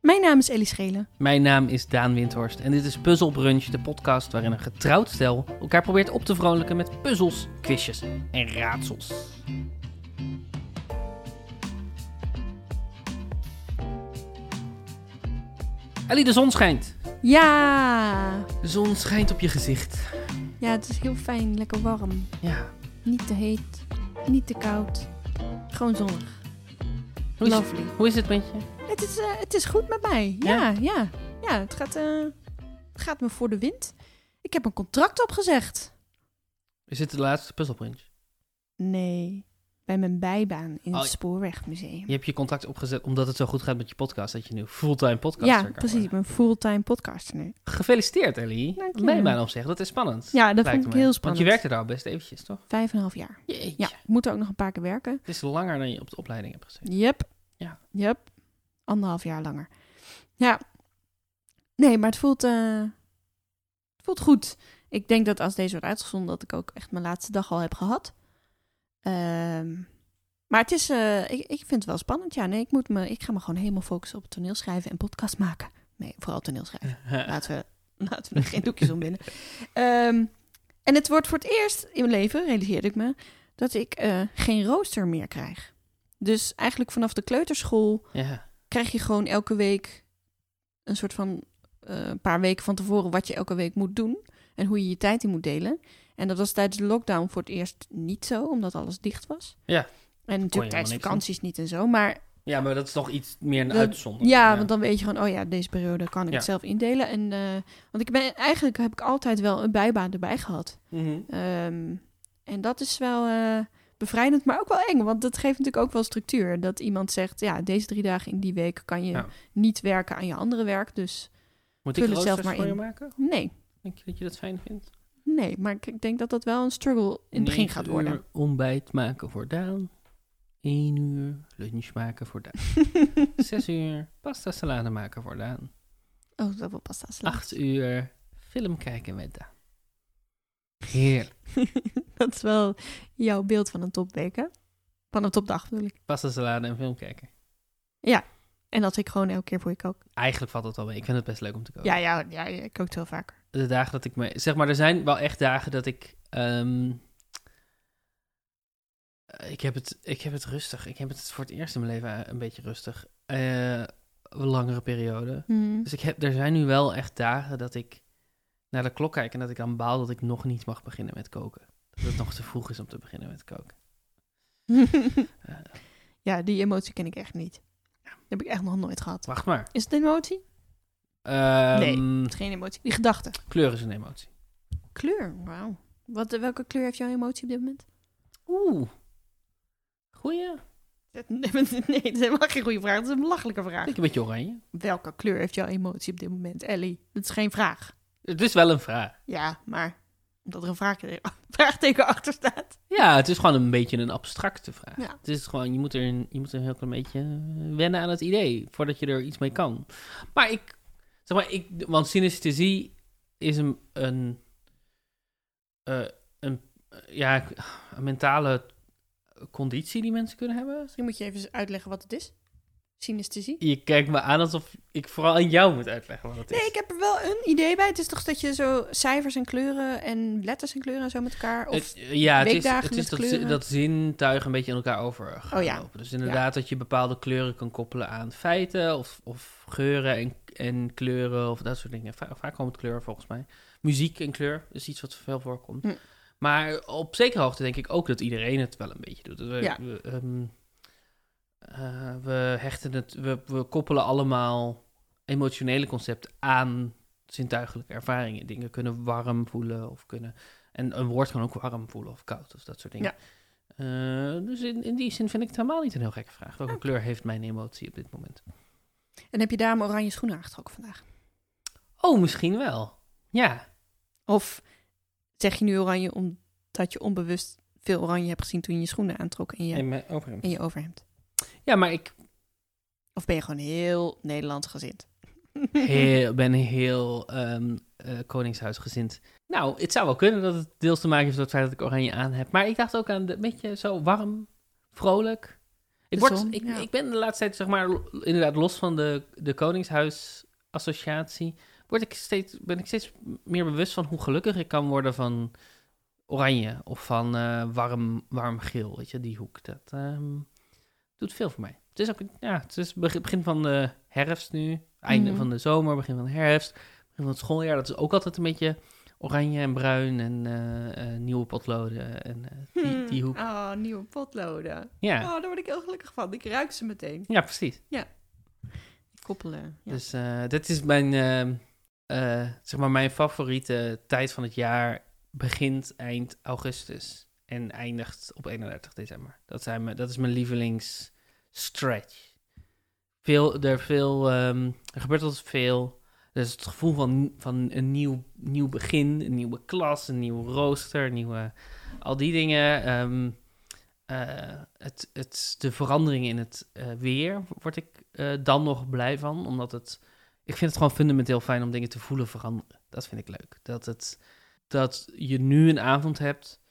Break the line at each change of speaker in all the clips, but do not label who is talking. Mijn naam is Ellie Schelen.
Mijn naam is Daan Windhorst en dit is Puzzle Brunch, de podcast waarin een getrouwd stel elkaar probeert op te vrolijken met puzzels, quizjes en raadsels. Ellie, de zon schijnt.
Ja!
De zon schijnt op je gezicht.
Ja, het is heel fijn, lekker warm.
Ja.
Niet te heet, niet te koud. Gewoon zonnig.
Hoe is,
Lovely.
hoe is het met je?
Het is, eh, het is goed met mij. Ja,
Ja?
ja. Ja, het, gaat, eh, het gaat me voor de wind. Ik heb een contract opgezegd.
Is dit de laatste Puzzle Brunch?
Nee, bij mijn bijbaan in
Oh,
het
ja.
Spoorwegmuseum.
Je hebt je contact opgezet omdat het zo goed gaat met je podcast, dat je nu fulltime podcaster
Ja,
kan
precies. Ik
worden.
ben fulltime podcaster nu.
Gefeliciteerd, Ellie.
Dank je.
Nee, maar op zich, dat is spannend.
Ja, dat
Lijkt
vond ik
me.
heel spannend.
Want je werkte daar al best eventjes, toch?
Vijf en een half jaar.
Jeetje.
Ja, ik moet er ook nog een paar keer werken.
Het is langer dan je op de opleiding hebt gezeten.
Yep.
Ja.
Yep. Anderhalf jaar langer. Ja. Nee, maar het voelt, eh, het voelt goed. Ik denk dat als deze wordt uitgezonden, dat ik ook echt mijn laatste dag al heb gehad. Ehm, maar het is, eh, ik, ik vind het wel spannend. Ja, nee, ik, moet me, ik ga me gewoon helemaal focussen op toneelschrijven en podcast maken. Nee, vooral toneelschrijven. Laten we, laten we er geen doekjes om binnen. Ehm, en het wordt voor het eerst in mijn leven, realiseerde ik me, dat ik eh, geen rooster meer krijg. Dus eigenlijk vanaf de kleuterschool
ja.
krijg je gewoon elke week een soort van eh, een paar weken van tevoren wat je elke week moet doen en hoe je je tijd in moet delen. En dat was tijdens de lockdown voor het eerst niet zo, omdat alles dicht was.
Ja.
En natuurlijk
helemaal
tijdens
niks
vakanties niet en zo. Maar
ja, maar dat is nog iets meer een
Dat-
uitzondering.
ja, want dan weet je gewoon, oh ja, deze periode kan ik
Ja.
het zelf indelen. En, eh, want ik ben, eigenlijk heb ik altijd wel een bijbaan erbij gehad.
Mhm.
Ehm, en dat is wel eh, bevrijdend, maar ook wel eng. Want dat geeft natuurlijk ook wel structuur. Dat iemand zegt, ja, deze drie dagen in die week kan je
Ja.
niet werken aan je andere werk. Dus
Moet
Vul
ik
het zelf
roosters
maar
voor je
in.
maken?
nee,
Denk je dat je dat fijn vindt?
nee. Maar ik, ik denk dat dat wel een struggle in het begin
eh,
gaat worden.
ontbijt maken voor Daan. 1 uur lunch maken voor Daan. 6 uur pasta salade maken voor Daan.
oh, dat wil pasta slaan.
8 uur film kijken met Daan. Heerlijk.
dat is wel jouw beeld van een topweek, hè? Van een topdag bedoel ik.
Pasta salade en film kijken.
En dat ik gewoon elke keer voor je kook.
Eigenlijk valt dat wel mee. Ik vind het best leuk om te koken.
Ja, ja, ja, ja, ik kook het heel vaker.
de dagen dat ik me. Zeg maar, er zijn wel echt dagen dat ik. ehm, eh, ik, heb het, ik heb het rustig. Ik heb het voor het eerst in mijn leven eh, een beetje rustig. Eh, een langere periode.
Hmm.
Dus ik heb, er zijn nu wel echt dagen dat ik naar de klok kijk en dat ik dan baal dat ik nog niet mag beginnen met koken. Dat het nog te vroeg is om te beginnen met koken.
ja, die emotie ken ik echt niet. Die heb ik echt nog nooit gehad.
Wacht maar.
Is het een emotie?
Ehm,
Het is geen emotie. Die gedachte.
Kleur is een emotie.
Kleur, wauw. Wat, welke kleur heeft jouw emotie op dit moment?
Oeh. Goeie.
Nee, dat is helemaal geen goede vraag. Dat is een belachelijke
Ik
vraag.
denk een beetje oranje.
Welke kleur heeft jouw emotie op dit moment, Ellie? Dat is geen vraag.
Het is wel een vraag.
Ja, maar omdat er een vraag- vraagteken achter staat.
Ja, het is gewoon een beetje een abstracte vraag.
Ja.
Het is gewoon, je moet, er een, je moet er een heel klein beetje eh, wennen aan het idee voordat je er iets mee kan. Maar ik, zeg maar, ik, want synesthesie is een, een, eh, een, ja, een mentale conditie die mensen kunnen hebben.
Misschien moet je even uitleggen wat het is. Synesthesie.
Je kijkt me aan alsof ik vooral aan jou moet uitleggen wat het is.
Nee, ik heb er wel een idee bij. Het is toch dat je zo cijfers en kleuren en letters en kleuren en zo met elkaar... Of...
Het- ja, het is,
weekdagen
het is
met
dat,
kleuren.
zi- dat zintuig een beetje in elkaar over gaan
Oh ja.
lopen. Dus inderdaad dat je bepaalde kleuren kan koppelen aan feiten of, of geuren en, en kleuren of dat soort dingen. Va- vaak komt kleur volgens mij. Muziek en kleur is iets wat veel voorkomt.
Hm.
Maar op zekere hoogte denk ik ook dat iedereen het wel een beetje doet. Dat We,
Ja.
we, ehm, eh, we hechten het, we, we koppelen allemaal emotionele concepten aan zintuigelijke ervaringen. Dingen kunnen warm voelen of kunnen en een woord kan ook warm voelen of koud of dat soort dingen. Eh, dus in, in die zin vind ik het helemaal niet een heel gekke vraag. Welke kleur heeft mijn emotie op dit moment?
En heb je daarom oranje schoenen aangetrokken vandaag?
Oh, misschien wel. Ja.
Of zeg je nu oranje omdat je onbewust veel oranje hebt gezien toen je je schoenen aantrok en je,
En mijn overhemd.
en je overhemd?
Ja, maar ik
Of ben je gewoon heel Nederlands gezind?
heel, ben heel ehm eh, koningshuisgezind. Nou, het zou wel kunnen dat het deels te maken heeft met het feit dat ik oranje aan heb. Maar ik dacht ook aan een beetje zo warm, vrolijk. Ik,
De
word,
zon,
ik,
ja.
ik ben de laatste tijd, zeg maar, l- inderdaad los van de, de Koningshuisassociatie, word ik steeds, ben ik steeds meer bewust van hoe gelukkig ik kan worden van oranje of van eh, warm, warm geel. Weet je, die hoek. Dat ehm, doet veel voor mij. Het is ook, ja, het is beg- begin van de herfst nu, einde
Mhm.
van de zomer, begin van de herfst, begin van het schooljaar. Dat is ook altijd een beetje oranje en bruin en eh, eh, nieuwe potloden en eh, die, die hoek.
Oh, nieuwe potloden.
Ja.
Oh, daar word ik heel gelukkig van. Ik ruik ze meteen.
Ja, precies.
Koppelen. Ja.
Dus eh dat is mijn, eh, eh, zeg maar mijn favoriete tijd van het jaar. Begint eind augustus en eindigt op 31 december. Dat, zijn mijn, dat is mijn lievelingsstretch. Veel, er, veel, ehm, er gebeurt altijd veel. Er is het gevoel van, van een nieuw, nieuw begin, een nieuwe klas, een nieuw rooster, nieuwe, al die dingen. ehm, eh, het, het, de verandering in het eh, weer word ik eh, dan nog blij van. Omdat het. Ik vind het gewoon fundamenteel fijn om dingen te voelen veranderen. Dat vind ik leuk. Dat, het, dat je nu een avond hebt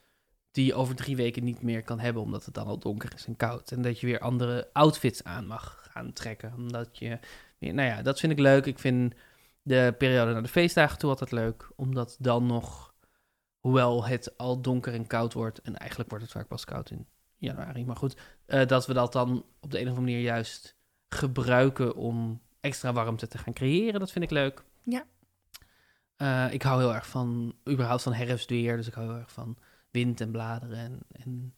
die je over drie weken niet meer kan hebben. Omdat het dan al donker is en koud. En dat je weer andere outfits aan mag gaan trekken. Omdat je. weer- Nou ja, dat vind ik leuk. Ik vind de periode naar de feestdagen toe altijd leuk. Omdat dan nog. Hoewel het al donker en koud wordt. En eigenlijk wordt het vaak pas koud in januari. Maar goed, eh, dat we dat dan op de een of andere manier juist gebruiken om extra warmte te gaan creëren. Dat vind ik leuk.
Ja.
Eh, ik hou heel erg van, überhaupt van herfstweer. Dus ik hou heel erg van wind en bladeren. En, en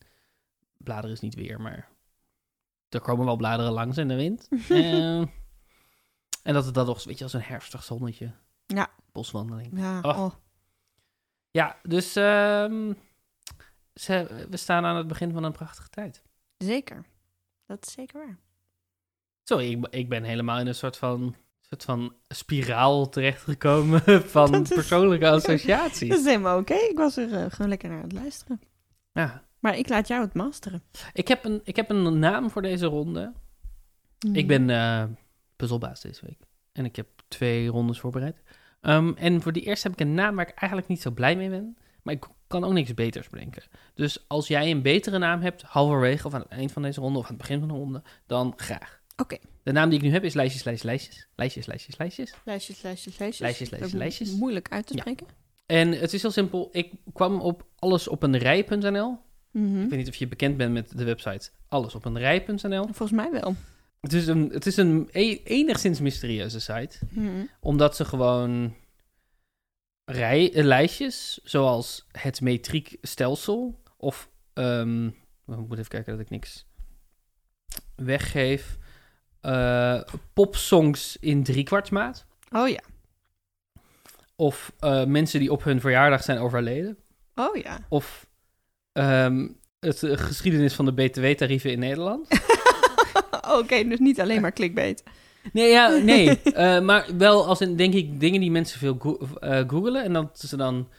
bladeren is niet weer, maar er komen wel bladeren langs in de wind. Eh, en dat het dan nog, weet je, als een herfstig zonnetje.
Ja.
Boswandeling.
Ja,
Ach.
oh.
Ja, dus ehm, ze, we staan aan het begin van een prachtige tijd.
zeker. Dat is zeker waar.
Sorry, ik, ik ben helemaal in een soort van, soort van spiraal terechtgekomen van
Dat is-
persoonlijke associaties.
Dat is helemaal oké. Ik was er eh, gewoon lekker naar aan het luisteren.
Ja.
Maar ik laat jou het masteren.
Ik, heb een, ik heb een naam voor deze ronde. Ik ben eh, puzzelbaas deze week. En ik heb twee rondes voorbereid. Ehm, en voor die eerste heb ik een naam waar ik eigenlijk niet zo blij mee ben. Maar ik kan ook niks beters bedenken. Dus als jij een betere naam hebt, halverwege of aan het eind van deze ronde of aan het begin van de ronde, dan graag.
Oké.
De naam die ik nu heb is lijstjes, lijstjes, lijstjes. Lijstjes, lijstjes, lijstjes.
Lijstjes, lijstjes, lijstjes.
Lijstjes, lijstjes,
Dat is
lijstjes.
Moeilijk uit te
Ja.
spreken.
En het is heel simpel. Ik kwam op allesopenrij.nl.
Mhm.
Ik weet niet of je bekend bent met de website allesopenrij.nl.
Volgens mij wel.
Het is een, het is een e- enigszins mysterieuze site,
Mhm.
omdat ze gewoon rij, eh, lijstjes, zoals het metriekstelsel of... ehm, ik moet even kijken dat ik niks weggeef. Eh, popsongs in driekwartsmaat.
Oh ja.
Of eh, mensen die op hun verjaardag zijn overleden.
Oh ja.
Of ehm, het eh, geschiedenis van de btw-tarieven in Nederland.
oké, dus niet alleen maar clickbait.
Nee, ja, nee. Eh, maar wel als in, denk ik, dingen die mensen veel go- eh, googelen. En dat ze dan...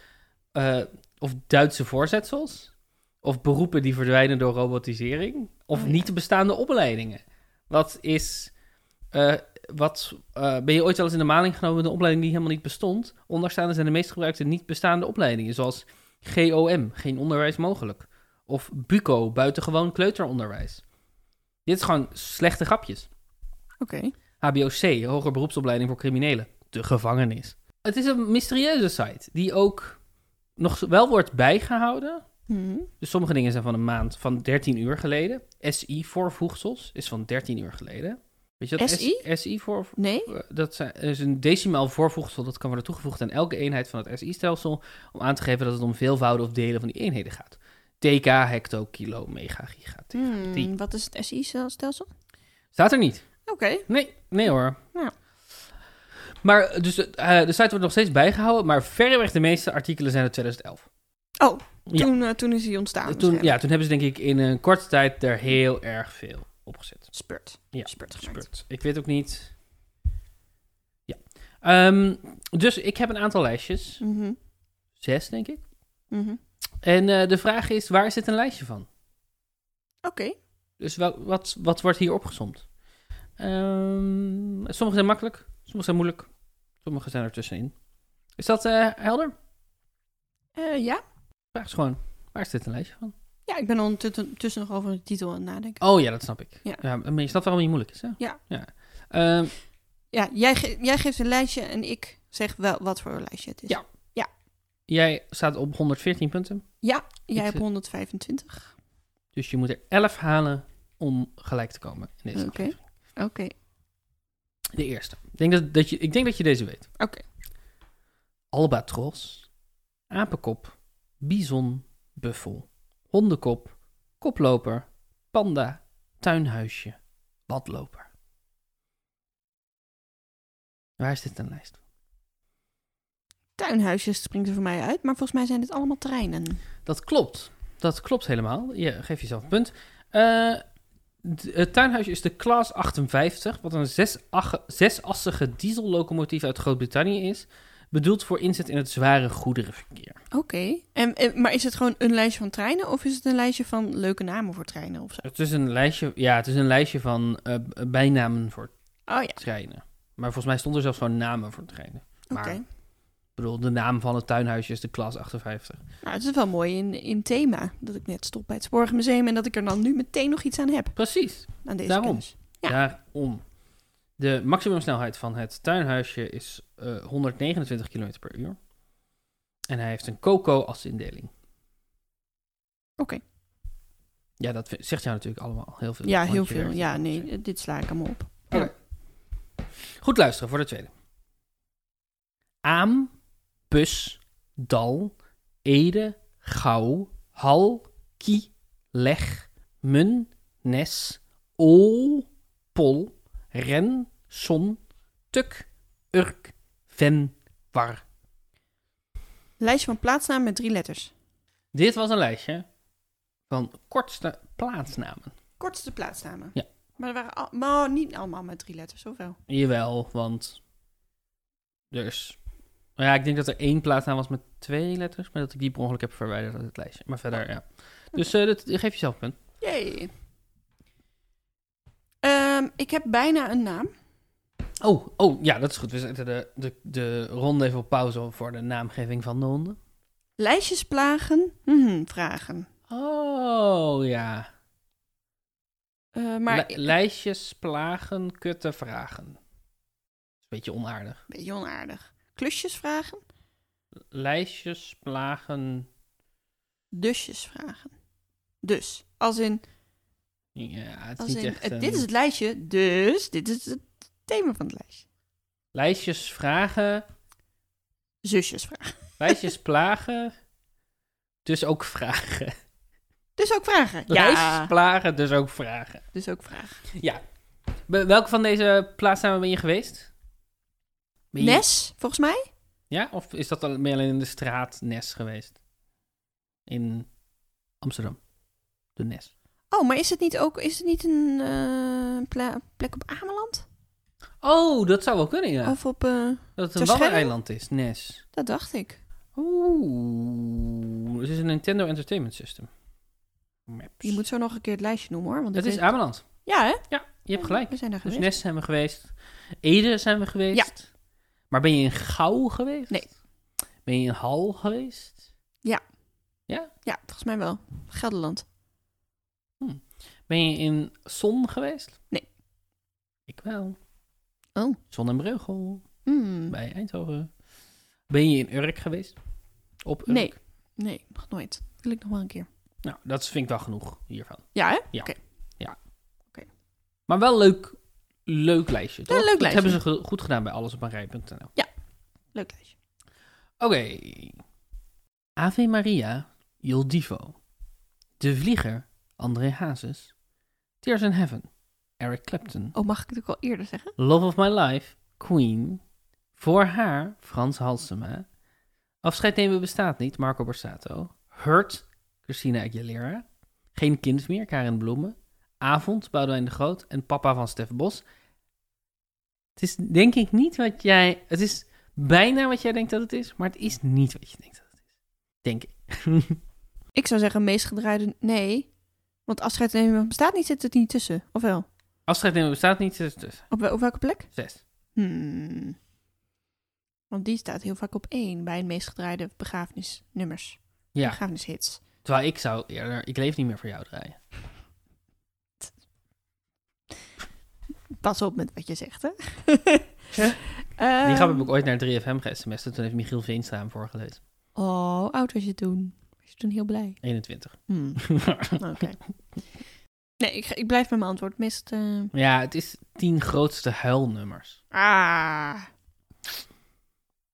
eh, of Duitse voorzetsels. Of beroepen die verdwijnen door robotisering. Of
Oh, ja.
niet bestaande opleidingen. Wat is... eh, wat, eh, ben je ooit wel eens in de maling genomen met een opleiding die helemaal niet bestond? Onderstaande zijn de meest gebruikte niet bestaande opleidingen. Zoals GOM, geen onderwijs mogelijk. Of BUCO, buitengewoon kleuteronderwijs. Dit is gewoon slechte grapjes.
Oké.
HBOC, hoger beroepsopleiding voor criminelen, de gevangenis. Het is een mysterieuze site die ook nog wel wordt bijgehouden.
Mhm.
Dus sommige dingen zijn van een maand van 13 uur geleden. SI voorvoegsels is van 13 uur geleden. Weet je wat
SI?
SI voor
Nee?
eh, dat zijn- is een decimaal voorvoegsel dat kan worden toegevoegd aan elke eenheid van het SI-stelsel om aan te geven dat het om veelvouden of delen van die eenheden gaat. TK, hecto, kilo, mega, giga.
Hmm, wat is het SI-stelsel?
Staat er niet.
Oké.
Nee, nee hoor.
Ja.
Maar eh, dus, eh, de site wordt nog steeds bijgehouden, maar verreweg de meeste artikelen zijn uit 2011.
Oh,
Ja.
toen, eh, toen is hij ontstaan.
toen,
waarschijnlijk.
ja, toen hebben ze denk ik in een korte tijd er heel erg veel opgezet.
Spurt.
Ja,
Spurt gemaakt.
Spurt. Ik weet ook niet. Ja. Ehm, dus ik heb een aantal lijstjes.
Mhm,
Zes, denk ik.
mhm.
En eh, de vraag is, waar zit een lijstje van?
Oké.
Dus wel- wat, wat wordt hier opgezomd? Ehm, sommige zijn makkelijk, sommige zijn moeilijk, sommige zijn ertussenin. Is dat eh, helder?
Eh, ja.
Vraag is gewoon, waar zit een lijstje van?
Ja, ik ben ondertussen nog over de titel aan het nadenken.
Oh ja, dat snap ik. Ja.
Ja.
maar je snapt waarom het moeilijk is, hè?
Ja.
ja. Ehm,
Ja, jij, ge- jij geeft een lijstje en ik zeg wel wat voor een lijstje het is.
Ja. jij staat op 114 punten,
Ja,
Ik
jij hebt
zit-
125.
dus je moet er 11 halen om gelijk te komen in deze
Oké.
aflevering.
Oké,
De eerste. Ik denk dat, dat je, ik denk dat je deze weet.
oké.
Albatros, apenkop, bison, buffel, hondenkop, koploper, panda, tuinhuisje, badloper. Waar is dit een lijst? van?
Tuinhuisjes springt er voor mij uit, maar volgens mij zijn dit allemaal treinen.
Dat klopt. Dat klopt helemaal. Je geeft jezelf een punt. Eh, d- het tuinhuisje is de Class 58, wat een zesach- zesassige diesellocomotief uit Groot-Brittannië is. Bedoeld voor inzet in het zware goederenverkeer.
Oké. En, en- maar is het gewoon een lijstje van treinen of is het een lijstje van leuke namen voor treinen of zo?
Het is een lijstje, ja, het is een lijstje van eh, b- bijnamen voor
Oh ja,
treinen. Maar volgens mij stond er zelfs gewoon namen voor treinen.
oké.
Maar ik bedoel, de naam van het tuinhuisje is de Class 58.
Nou, het is wel mooi in, in thema dat ik net stop bij het Sporenmuseum en dat ik er dan nu meteen nog iets aan heb.
Precies.
Aan deze
Daarom.
kennis. Ja.
Daarom. De maximumsnelheid van het tuinhuisje is eh, 129 km per uur. En hij heeft een coco als indeling.
Oké.
Ja, dat vind- zegt jou natuurlijk allemaal heel veel.
Ja,
want
heel
je
veel.
werkt
Ja,
in-
nee, dit sla ik allemaal op.
Goed luisteren voor de tweede. Aam, Pus, Dal, Ede, Gouw, Hal, Kie, Leg, Mun, Nes, Ol, Pol, Ren, Son, Tuk, Urk, Ven, War.
Lijstje van plaatsnamen met drie letters.
Dit was een lijstje van kortste plaatsnamen.
Kortste plaatsnamen.
Ja.
Maar er waren al, maar niet allemaal met drie letters, zoveel.
Jawel, want dus. Ja, ik denk dat er één plaatsnaam was met twee letters, maar dat ik die per ongeluk heb verwijderd uit het lijstje. Maar verder, ja. Dus eh dat geef jezelf een punt.
Jee. Ehm, ik heb bijna een naam.
Oh, oh, ja, dat is goed. We zetten de, de, de ronde even op pauze voor de naamgeving van de honden.
Lijstjes plagen, mhm, vragen.
Oh, ja.
Eh, maar
Maar... lijstjes, plagen, kutten, vragen. Dat is een beetje onaardig.
beetje onaardig. Klusjes vragen,
Lijstjes, plagen,
dusjes vragen. Dus, als in,
ja, het is
als
niet
in
echt...
eh,
een-
dit is het lijstje, dus dit is het thema van het lijstje.
Lijstjes, vragen,
Zusjes vragen.
lijstjes, plagen, dus ook vragen.
Dus ook vragen.
Lijstjes,
Ja,
plagen, dus ook vragen.
dus ook vragen.
Bij welke van deze plaatsnamen ben je geweest? Ben je-
Nes, volgens mij?
Ja, of is dat al- ben je alleen in de straat Nes geweest? In Amsterdam. De Nes.
Oh, maar is het niet ook is het niet een eh, pla- plek op Ameland?
Oh, dat zou wel kunnen, ja.
Of op... eh,
dat het een
Terschelling?
waddeneiland is, Nes.
dat dacht ik.
Oeh, het is een Nintendo Entertainment System. Maps.
Je moet zo nog een keer het lijstje noemen hoor. Want ik
Het is
weet-
Ameland.
Ja hè?
Ja, je hebt gelijk.
We zijn daar
Dus
geweest.
Nes zijn we geweest. Ede zijn we geweest. Maar ben je in Gouw geweest?
Nee.
Ben je in Hal geweest?
Ja, volgens mij wel. Gelderland.
Ben je in Zon geweest?
Nee.
Ik wel.
Oh.
Zon en Breugel.
Hmm.
bij Eindhoven. Ben je in Urk geweest? Op Urk?
Nee. Nee, nog nooit. Wil ik nog wel een keer.
Nou, dat vind ik wel genoeg hiervan.
Ja, hè?
Maar wel leuk, leuk lijstje, toch?
leuk
Dat
lijstje.
hebben ze ge- goed gedaan bij allesopeenrij.nl.
Leuk lijstje.
Oké. Ave Maria, Il Divo. De Vlieger, André Hazes. Tears in Heaven, Eric Clapton.
Oh, mag ik het ook al eerder zeggen?
Love of My Life, Queen. Voor haar, Frans Halsema. Afscheid nemen bestaat niet, Marco Borsato. Hurt, Christina Aguilera. Geen kind meer, Karen Bloemen. Avond, Boudewijn de Groot. En papa van Stef Bos. Het is denk ik niet wat jij... Het is bijna wat jij denkt dat het is, maar het is niet wat je denkt dat het is. Denk ik.
Ik zou zeggen meest gedraaide... Nee. Want afscheid nemen bestaat niet, zit het niet tussen. Of wel?
Afscheid nemen bestaat niet, dus, dus
Op, wel- op welke plek?
zes.
Hmm. Want die staat heel vaak op één bij het meest gedraaide begrafenisnummers.
Ja.
Begrafenishits.
Terwijl ik zou eerder, ik leef niet meer voor jou draaien.
Pas op met wat je zegt, hè?
Die grap heb
Ehm,
ik ooit naar 3FM ge-sms'd en toen heeft Michiel Veenstra hem voorgelezen.
Oh, hoe oud was je toen? Was je toen heel blij?
21.
Hmm, Oké. Nee, ik, ik blijf bij mijn antwoord. Mist. eh,
ja, het is 10 grootste huilnummers.
Ah.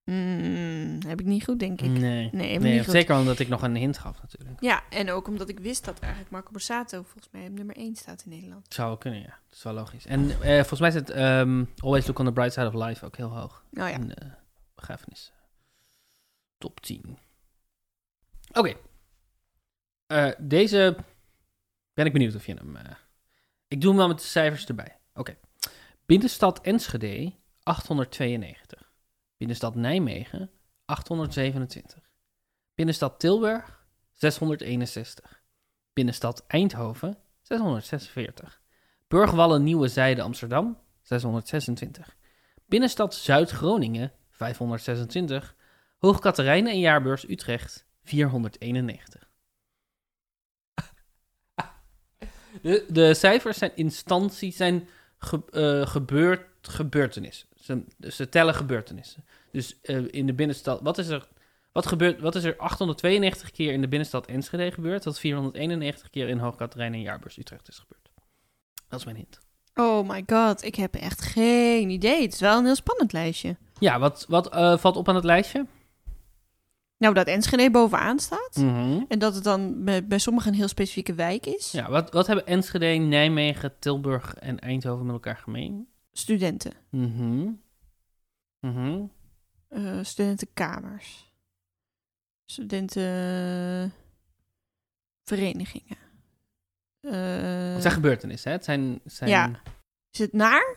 Mm, heb ik niet goed, denk ik.
Nee.
Nee, heb ik
Hmm. Nee,
niet goed.
zeker omdat ik nog een hint gaf natuurlijk.
Ja, en ook omdat ik wist dat eigenlijk Marco Borsato volgens mij op nummer 1 staat in Nederland.
Zou wel kunnen, ja. Dat is wel logisch. En eh, volgens mij zit ehm, Always Look on the Bright Side of Life ook heel hoog.
Nou ja,
In de begrafenis. Top 10. Oké. Eh, deze ben ik benieuwd of je hem... eh, Ik doe hem wel met de cijfers erbij. Oké. Binnenstad Enschede, 892. Binnenstad Nijmegen, 827. Binnenstad Tilburg, 661. Binnenstad Eindhoven, 646. Burgwallen Nieuwe Zijde Amsterdam, 626. Binnenstad Zuid-Groningen, 526. Hoog Catharijnen en Jaarbeurs Utrecht, 491. De, de cijfers zijn instanties, zijn ge- eh, gebeurd, gebeurtenissen. Ze, ze tellen gebeurtenissen. Dus eh, in de binnenstad, wat is er... Wat, gebeurt, wat is er 892 keer in de binnenstad Enschede gebeurd, dat 491 keer in Hoog Catharijnen en Jaarbeurs Utrecht is gebeurd? Dat is mijn hint.
Oh my god, ik heb echt geen idee. Het is wel een heel spannend lijstje.
Ja, wat, wat eh, valt op aan het lijstje?
Nou, dat Enschede bovenaan staat.
Mm.
En dat het dan bij, bij sommigen een heel specifieke wijk is.
Ja, wat, wat hebben Enschede, Nijmegen, Tilburg en Eindhoven met elkaar gemeen?
Studenten.
Mhm. Mhm.
eh, studentenkamers. Studentenverenigingen. Eh,
Het zijn gebeurtenissen, hè? Het zijn... het zijn
Ja. Eh, is het naar?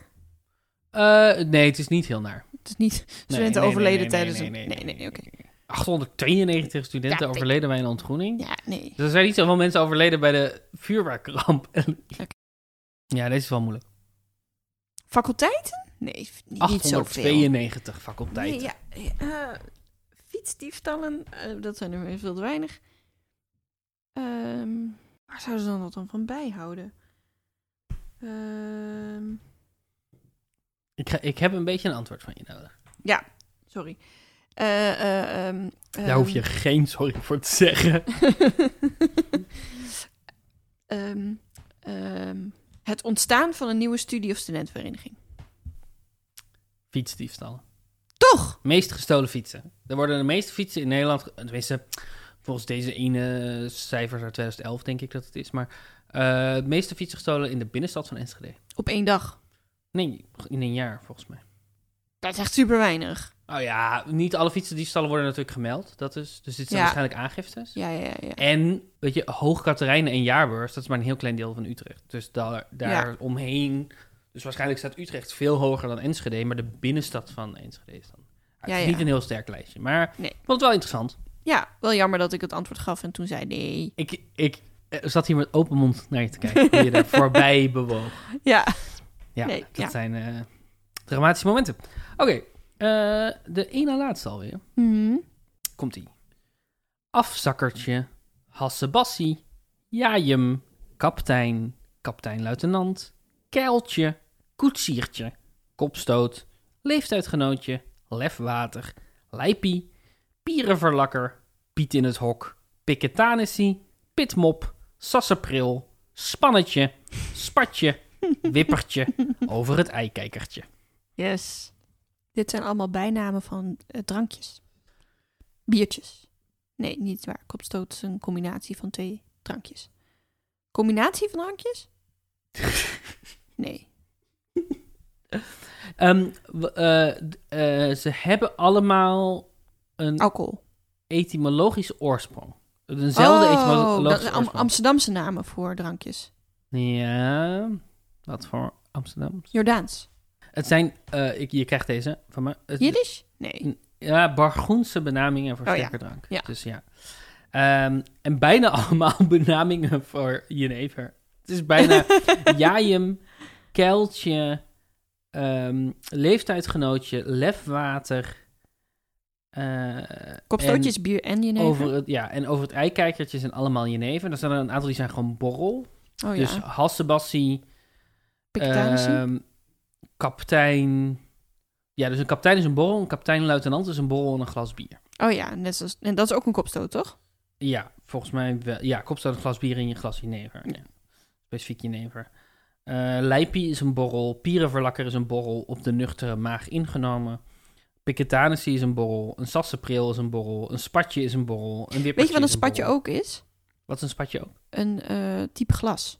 Eh, nee, het is niet heel naar.
Het is niet
Nee,
studenten
nee, nee,
overleden
nee,
tijdens
nee,
een...
nee,
Nee,
nee,
nee,
nee,
oké.
892 studenten
Ja, ik-
overleden bij een ontgroening.
Ja, nee.
Dus er zijn niet zoveel mensen overleden bij de vuurwerkramp.
Oké.
Ja, deze is wel moeilijk.
Faculteiten? Nee, niet, niet zoveel.
892 faculteiten.
Nee, ja. eh, fietsdiefstallen, eh, dat zijn er weer veel te weinig. Ehm, waar zouden ze dan dat dan van bijhouden? Ehm,
ik, ga- ik heb een beetje een antwoord van je nodig.
sorry. Eh, eh, ehm,
Daar hoef je
ehm,
geen sorry voor te zeggen.
Ehm, ehm, het ontstaan van een nieuwe studie- of studentenvereniging.
Fietsdiefstallen.
Toch?
Meest gestolen fietsen. Er worden de meeste fietsen in Nederland, ge- tenminste, volgens deze ene cijfers uit 2011 denk ik dat het is, maar eh, de meeste fietsen gestolen in de binnenstad van Enschede.
Op één dag.
Nee, in een jaar volgens mij.
Dat is echt super weinig.
Oh ja, niet alle fietsendiefstallen worden natuurlijk gemeld. Dat is, dus dit zijn
Ja.
waarschijnlijk aangiftes.
Ja, ja, ja.
En, weet je, Hoog Catharijnen en Jaarbeurs, dat is maar een heel klein deel van Utrecht. Dus daar, daar omheen, dus waarschijnlijk staat Utrecht veel hoger dan Enschede, maar de binnenstad van Enschede is dan. Ja,
Ja,
het is
ja.
niet een heel sterk lijstje, maar
Nee.
ik vond het wel interessant.
Ja, wel jammer dat ik het antwoord gaf en toen zei nee.
Ik, ik eh, zat hier met open mond naar je te kijken. Hoe je daar voorbij bewoog.
Ja.
Ja,
Nee,
dat
ja.
zijn eh, dramatische momenten. Oké, eh, de ene laatste alweer.
Mhm.
Komt-ie. Afzakkertje, Hassebassie, Jajem, Kaptein, Kaptein-luitenant, Keiltje, Koetsiertje, Kopstoot, Leeftijdgenootje, Lefwater, Lijpie, Pierenverlakker, Piet in het hok, Piketanissie, Pitmop, Sassepril, Spannetje, Spatje, Wippertje, Over het eikijkertje.
Yes. Dit zijn allemaal bijnamen van eh, drankjes. Biertjes. Nee, niet waar. Kopstoot is een combinatie van twee drankjes. Combinatie van drankjes? Nee.
Ehm, w- eh, d- eh, ze hebben allemaal een
Alcohol.
etymologische oorsprong. Eenzelfde
oh, dat
etymologische
zijn allemaal
oorsprong.
Amsterdamse namen voor drankjes.
ja, wat voor Amsterdam.
Jordaans.
Het zijn, eh, ik, je krijgt deze van mij. Het-
Jiddisch? Nee.
ja, Bargoense benamingen voor
Oh ja,
sterke drank.
ja.
Dus ja. Ehm, en bijna allemaal benamingen voor jenever. Het is bijna jajem, keiltje, ehm, leeftijdgenootje, lefwater, Eh, en-
Kopstootjes, bier en jenever.
Over het, ja, en over het eikijkertje zijn allemaal jenever. Er zijn er een aantal die zijn gewoon borrel.
oh
Dus
ja,
Hassebassie,
Pictanici.
ehm, kaptein. Ja, dus een kaptein is een borrel, een kaptein-luitenant is een borrel en een glas bier.
oh ja, net zoals, en dat is ook een kopstoot, toch?
Ja, volgens mij wel. Ja, kopstoot een glas bier in je glas jenever. Ja. Specifiek jenever. Eh Lijpie is een borrel, Pierenverlakker is een borrel, op de nuchtere maag ingenomen. Piketanissie is een borrel, een sassenpril is een borrel, een spatje is een borrel, een wippertje
Weet je wat een
is
spatje
borrel.
ook is?
Wat is een spatje ook?
Een eh, type glas.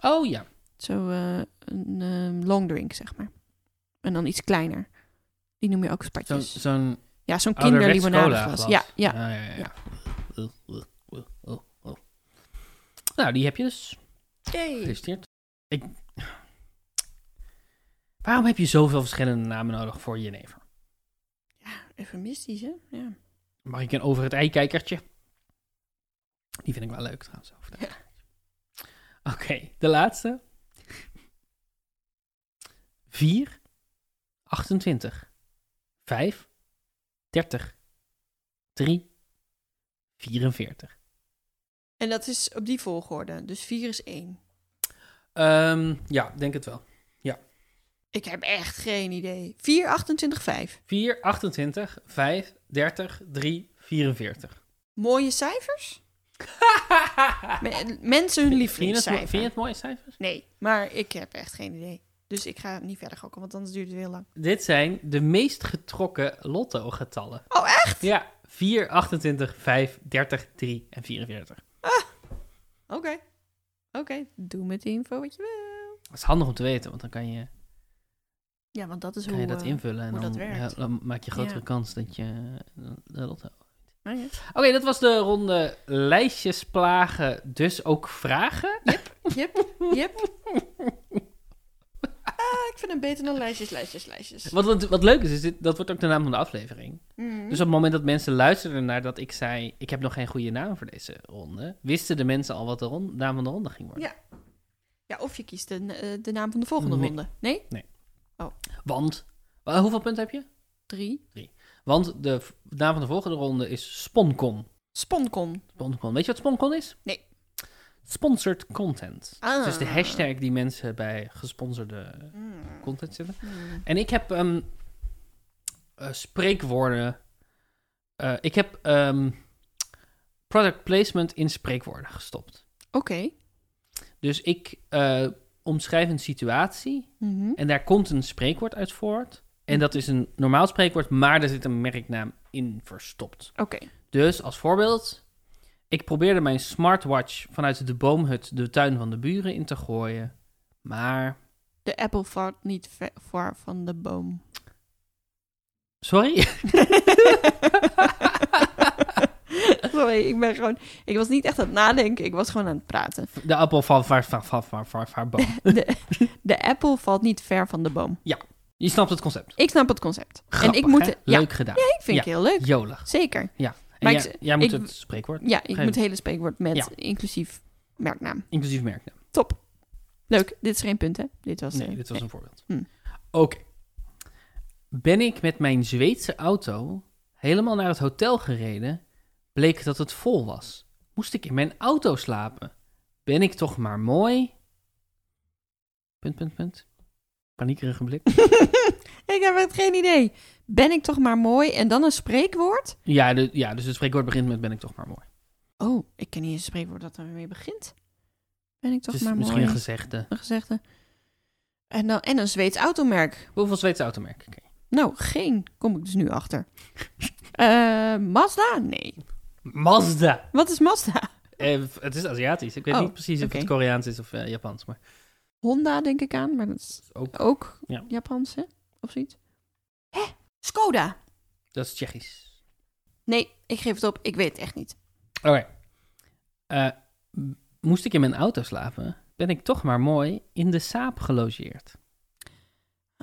Oh ja,
Zo eh, een eh, long drink, zeg maar. En dan iets kleiner. Die noem je ook
Zo'n
spatjes.
zo'n
ja, zo'n
ouderwets
kinderlimonadeglas.
cola-glas.
Ja, ja.
Ah, ja, ja. Uh, uh, uh, uh, uh. Nou, die heb je dus. Gefeliciteerd. Ik... Waarom heb je zoveel verschillende namen nodig voor jenever?
Ja, even mystisch, hè? Ja.
Mag ik een over het ei kijkertje? Die vind ik wel leuk trouwens. over het ei. Oké, de laatste. 4, 28, 5, 30, 3, 44.
En dat is op die volgorde. Dus 4 is 1.
Ehm, ja, denk het wel.
Ik heb echt geen idee. 4, 28, 5.
4, 28, 5, 30, 3, 44.
Mooie cijfers? Me- mensen hun
Vind je, het, mo-
lievelingscijfer.
vind je het mooie cijfers?
Nee, maar ik heb echt geen idee. Dus ik ga niet verder gokken, want anders duurt het heel lang.
Dit zijn de meest getrokken lotto-getallen.
Oh, echt?
Ja, 4, 28, 5, 30, 3 en 44.
Ah. Oké. Oké, doe met die info wat je wil.
Dat is handig om te weten, want dan kan je,
Ja, want dat is
kan
hoe...
je dat
eh,
invullen. En
hoe
dan,
dat werkt.
ja, dan maak je grotere
Ja.
kans dat je eh, de lotto...
ah, ja.
Oké, dat was de ronde lijstjes plagen, dus ook vragen.
Jep, jep. Ah, ik vind hem beter dan lijstjes, lijstjes, lijstjes.
Wat, wat, wat leuk is, is dit, dat wordt ook de naam van de aflevering.
Mm.
Dus op het moment dat mensen luisterden naar dat ik zei: Ik heb nog geen goede naam voor deze ronde, wisten de mensen al wat de ron- naam van de ronde ging worden.
Ja. Ja, of je kiest de, eh, de naam van de volgende
Nee.
ronde. Nee?
Want, wa- hoeveel punten heb je?
Drie.
Want de v- naam van de volgende ronde is Sponcon.
Sponcon.
Sponcon. Weet je wat Sponcon is?
Nee.
Sponsored content.
Ah.
Dus de hashtag die mensen bij gesponsorde
Mm.
content zetten.
Mm.
En ik heb ehm, eh, spreekwoorden. eh, ik heb ehm, product placement in spreekwoorden gestopt.
Oké.
Dus ik eh, omschrijf een situatie
Mhm.
en daar komt een spreekwoord uit voort.
Hm.
En dat is een normaal spreekwoord, maar er zit een merknaam in verstopt.
Oké.
Dus als voorbeeld, ik probeerde mijn smartwatch vanuit de boomhut de tuin van de buren in te gooien. Maar,
De appel valt niet ver ver van de boom.
sorry?
Sorry, ik ben gewoon... Ik was niet echt aan het nadenken, ik was gewoon aan het praten.
De appel van van van van van van van boom.
De, de appel valt niet ver van de boom.
Je snapt het concept.
Ik snap het concept.
Grappig,
en ik moet...
hè?
Ja,
Leuk gedaan.
ik vind
Ja.
ik heel leuk.
Jolig.
Zeker.
En
Maar ik
jij,
z-
jij moet
ik-
het spreekwoord,
Ja, ik
Geen-
moet het hele spreekwoord met
Ja.
inclusief merknaam.
inclusief merknaam.
Top. Leuk. Dit is geen punt, hè? Dit was...
Nee,
eh,
dit was een voorbeeld.
Hm.
Oké. Ben ik met mijn Zweedse auto helemaal naar het hotel gereden, bleek dat het vol was. Moest ik in mijn auto slapen? Ben ik toch maar mooi? Punt, punt, punt. Paniekerige blik.
ik heb echt geen idee. Ben ik toch maar mooi? En dan een spreekwoord?
Ja, de- ja, dus het spreekwoord begint met ben ik toch maar mooi.
Oh, ik ken niet eens een spreekwoord dat daarmee begint. Ben ik toch
Het is
maar
misschien
mooi?
een gezegde.
Een gezegde. En, dan, en een Zweeds automerk.
Hoeveel Zweedse automerken ken je?
Nou, geen. Kom ik dus nu achter. Eh, Mazda? Nee.
Mazda!
Wat is Mazda?
Eh, het is Aziatisch. Ik weet
Oh,
niet precies of
oké.
het Koreaans is of eh, Japans. Maar
Honda denk ik aan, maar dat is
Ook.
ook,
Ja.
Japans, hè? Of zoiets. Hè? Skoda?
dat is Tsjechisch.
Nee, ik geef het op. Ik weet het echt niet.
Oké. Eh, m- moest ik in mijn auto slapen, ben ik toch maar mooi in de saap gelogeerd.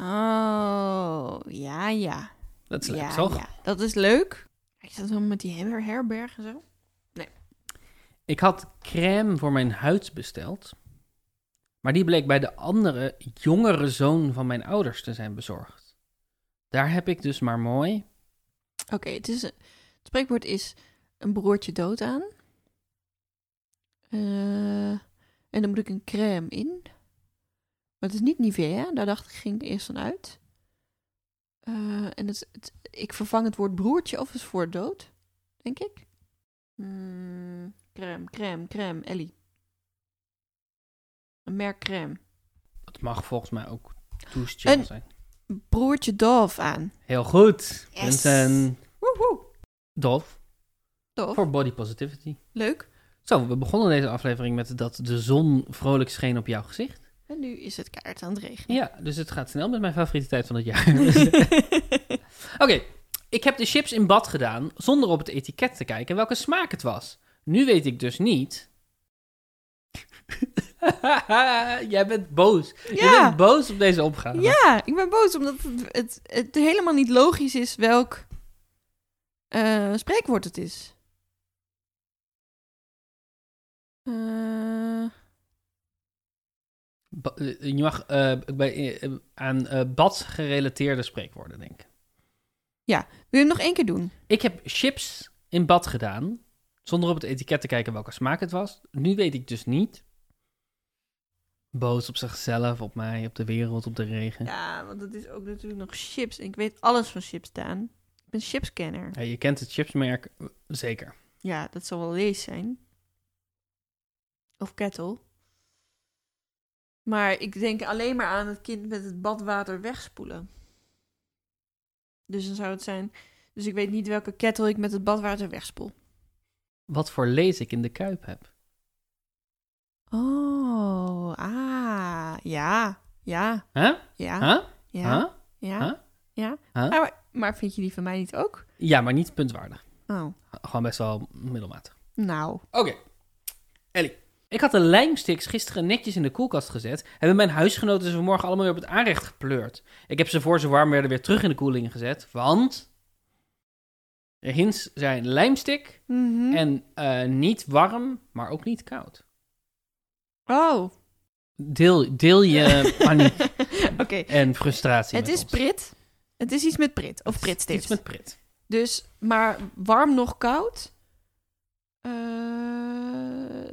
Oh, ja, ja.
Dat is leuk,
ja,
toch?
ja. Dat is leuk. Is dat dan met die her- herberg en zo?
Ik had crème voor mijn huid besteld. Maar die bleek bij de andere, jongere zoon van mijn ouders te zijn bezorgd. Daar heb ik dus maar mooi
het, is, het spreekwoord is een broertje dood aan. Eh, en dan moet ik een crème in. Maar het is niet Nivea, daar dacht ik, ging ik eerst van uit. Eh, en het, het- ik vervang het woord broertje of is voor dood, denk ik. Hmm, crème, crème, crème, Ellie. Een merk crème.
Het mag volgens mij ook douche gel
Een-
zijn.
Broertje Dove aan.
Heel goed.
Yes.
Mensen,
Woehoe.
Dolf,
Dove.
voor body positivity.
Leuk.
Zo, we begonnen deze aflevering met dat de zon vrolijk scheen op jouw gezicht.
En nu is het kaart aan het regenen.
Ja, dus het gaat snel met mijn favoriete tijd van het jaar. Oké, ik heb de chips in bad gedaan zonder op het etiket te kijken welke smaak het was. Nu weet ik dus niet. Jij bent boos. Je
Ja.
bent boos op deze opgave.
Ja, ik ben boos omdat het, het, het helemaal niet logisch is welk eh, spreekwoord het is. Eh,
Ba- eh, Je mag eh, bij, eh, aan eh, bad gerelateerde spreekwoorden denken.
wil je hem nog één keer doen?
Ik heb chips in bad gedaan zonder op het etiket te kijken welke smaak het was. Nu weet ik dus niet. Boos op zichzelf, op mij, op de wereld, op de regen.
Ja, want het is ook natuurlijk nog chips. En ik weet alles van chips, Daan. Ik ben chipscanner.
Ja, je kent het chipsmerk eh, zeker.
Ja, dat zal wel lees zijn. Of kettle. Maar ik denk alleen maar aan het kind met het badwater wegspoelen. Dus dan zou het zijn. Dus ik weet niet welke kettle ik met het badwater wegspoel.
wat voor lees ik in de kuip heb.
Oh, ah, ja, ja,
Hè?
ja,
Huh?
ja,
Huh?
ja,
Huh?
ja.
Huh?
Ah, maar, maar vind je die van mij niet ook?
Ja, maar niet puntwaardig.
Oh,
Gewoon best wel middelmatig.
nou,
Oké. Ellie. Ik had de lijmsticks gisteren netjes in de koelkast gezet. Hebben mijn huisgenoten ze vanmorgen allemaal weer op het aanrecht gepleurd. Ik heb ze voor ze warm werden weer terug in de koeling gezet. Want. De hints zijn lijmstick
Mhm.
en eh, niet warm, maar ook niet koud.
oh,
Deel, deel je paniek
oké.
en frustratie.
Het
met
is
ons.
prit. Het is iets met prit. Of
Het is
pritstift.
Iets met prit.
Dus, maar warm nog koud eh,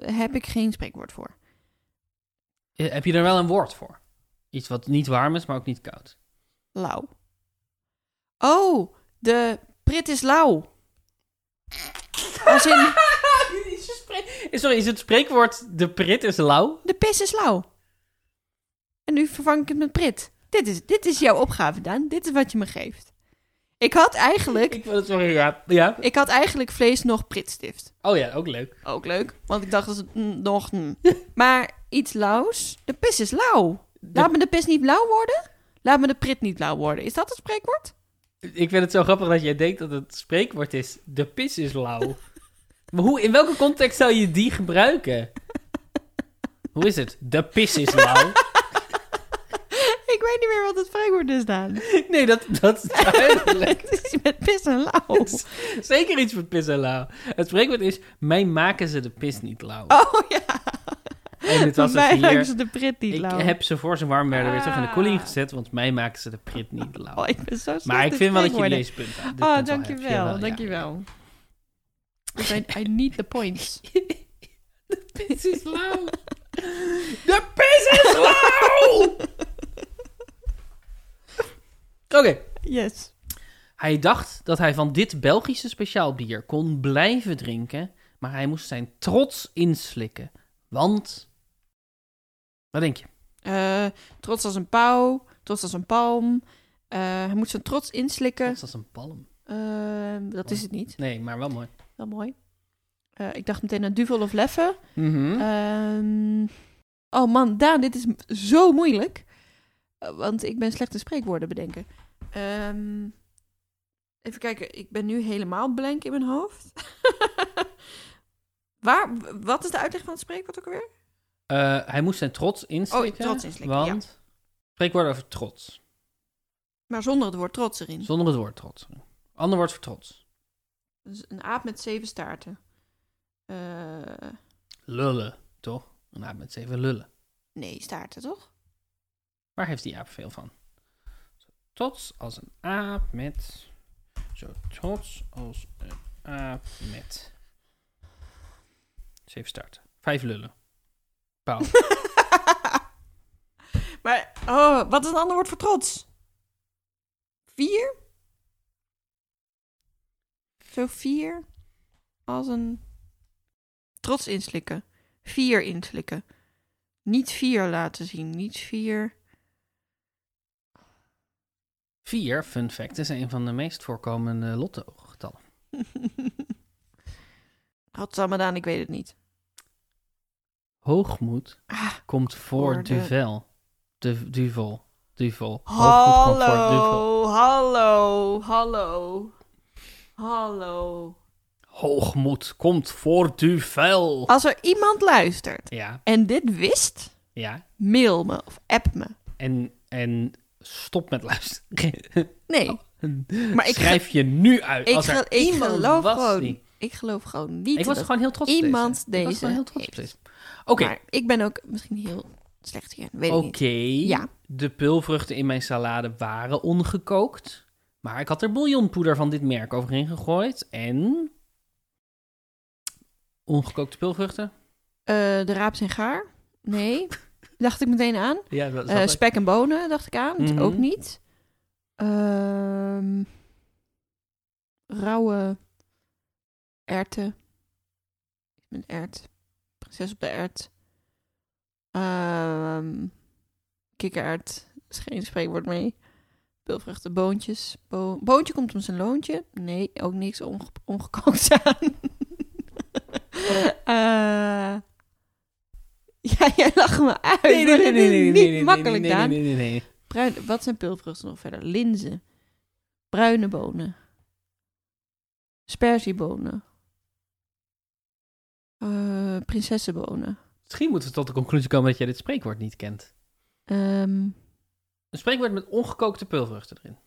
heb ik geen spreekwoord voor.
Eh, Heb je er wel een woord voor? Iets wat niet warm is, maar ook niet koud.
Lauw. Oh, de prit is lauw. Als in-
Is je spreek- Eh, Sorry, is het spreekwoord de prit is lauw?
De pis is lauw. En nu vervang ik het met prit. Dit is, dit is jouw opgave, Daan. Dit is wat je me geeft. Ik had eigenlijk,
Ik wil het zo ja. ja.
ik had eigenlijk vlees nog pritstift.
Oh ja, ook leuk.
Ook leuk, want ik dacht dat het mm, nog... mm. Maar iets lauws. De pis is lauw. Laat me de pis niet lauw worden. Laat me de prit niet lauw worden. Is dat het spreekwoord?
Ik vind het zo grappig dat jij denkt dat het spreekwoord is de pis is lauw. maar hoe, in welke context zou je die gebruiken? Hoe is het? De pis is lauw.
Ik weet niet meer wat het spreekwoord is, Daan.
nee, dat, dat is duidelijk.
het is met pis en lauw.
Zeker iets met pis en lauw. Het spreekwoord is, mij maken ze de pis niet lauw.
Oh ja.
en het was
Mij
het
maken
hier.
ze de prit niet
Ik
lauw.
heb ze voor ze warm werden weer terug in de
Ah.
koeling gezet, want mij maken ze de prit niet lauw.
Oh, ik ben zo slecht
maar ik
in
vind wel dat je
spreekwoorden.
deze punt dit punt wel
Oh,
hebt.
dankjewel.
Jawel, ja.
Dankjewel. Dus I, I need the points.
De pis is lauw. De pis is lauw! Oké.
Yes.
Hij dacht dat hij van dit Belgische speciaal bier kon blijven drinken, maar hij moest zijn trots inslikken. Want... Wat denk je?
Eh, trots als een pauw. Trots als een palm. Eh, hij moet zijn trots inslikken.
Trots als een palm.
Ehm, dat is het niet.
Nee, maar wel mooi.
Wel mooi. Eh, ik dacht meteen aan Duvel of Leffe.
Mhm.
Ehm, oh man, Daan, dit is m- zo moeilijk. Eh, Want ik ben slecht in spreekwoorden bedenken. Ehm, even kijken, ik ben nu helemaal blank in mijn hoofd. Waar, w- wat is de uitleg van het spreekwoord ook alweer?
Eh, hij moest zijn trots inslikken.
Oh, trots inslikken,
Want... Spreekwoord over trots.
Maar zonder het woord trots erin.
Zonder het woord trots. Ander woord voor trots.
Dus een aap met zeven staarten. Eh,
Lullen, toch? Een aap met zeven lullen.
nee, staarten toch?
Waar heeft die aap veel van? Trots als een aap met zo trots als een aap met. Zeven starten. Vijf lullen. Pauw.
maar, oh, wat is een ander woord voor trots? Vier? Zo vier als een trots inslikken. Vier inslikken. Niet vier laten zien. Niet vier.
Vier, fun fact, is een van de meest voorkomende lotto-getallen.
Godsamadaan, ik weet het niet.
Hoogmoed
Ah,
komt voor
Voor de-
duvel. Du duvel. Duvel. Hoogmoed komt voor
Hallo,
duvel.
hallo, hallo. Hallo.
Hoogmoed komt voor duvel.
Als er iemand luistert
Ja,
en dit wist,
ja.
mail me of app me.
En, en stop met luisteren.
Nee, maar ik,
Oh. Schrijf je nu uit.
ik,
als
gel-
er
ik
iemand
geloof
was
gewoon,
die-
ik geloof gewoon niet
Ik was
dat
gewoon heel trots op
iemand
deze. Ik was
deze
gewoon heel trots op
heeft.
deze. Oké,
Maar ik ben ook misschien heel slecht hier, weet ik
oké.
niet. Ja.
De pulvruchten in mijn salade waren ongekookt. Maar ik had er bouillonpoeder van dit merk overheen gegooid. En... Ongekookte pulvruchten?
Eh, de raap en gaar? Nee. dacht ik meteen aan.
Ja, dat
Eh, spek en bonen dacht ik aan.
Mhm.
Ook niet. Ehm, rauwe erten. Ik ben ert. Prinses op de ert. Ehm kikkerert. Is geen spreekwoord mee. Pulvruchten, boontjes. Bo- boontje komt om zijn loontje. Nee, ook niks onge ongekookt aan. Eh, ja, jij lacht me uit.
Nee, nee,
maar dit
nee, nee,
is
nee, nee,
niet
nee, nee,
makkelijk,
nee,
Daan.
nee, nee, nee, nee.
Bruin, wat zijn pulvruchten nog verder? Linzen, bruine bonen, sperziebonen, eh, prinsessenbonen.
Misschien moeten we tot de conclusie komen dat jij dit spreekwoord niet kent.
Ehm,
Een spreekwoord met ongekookte pulvruchten erin.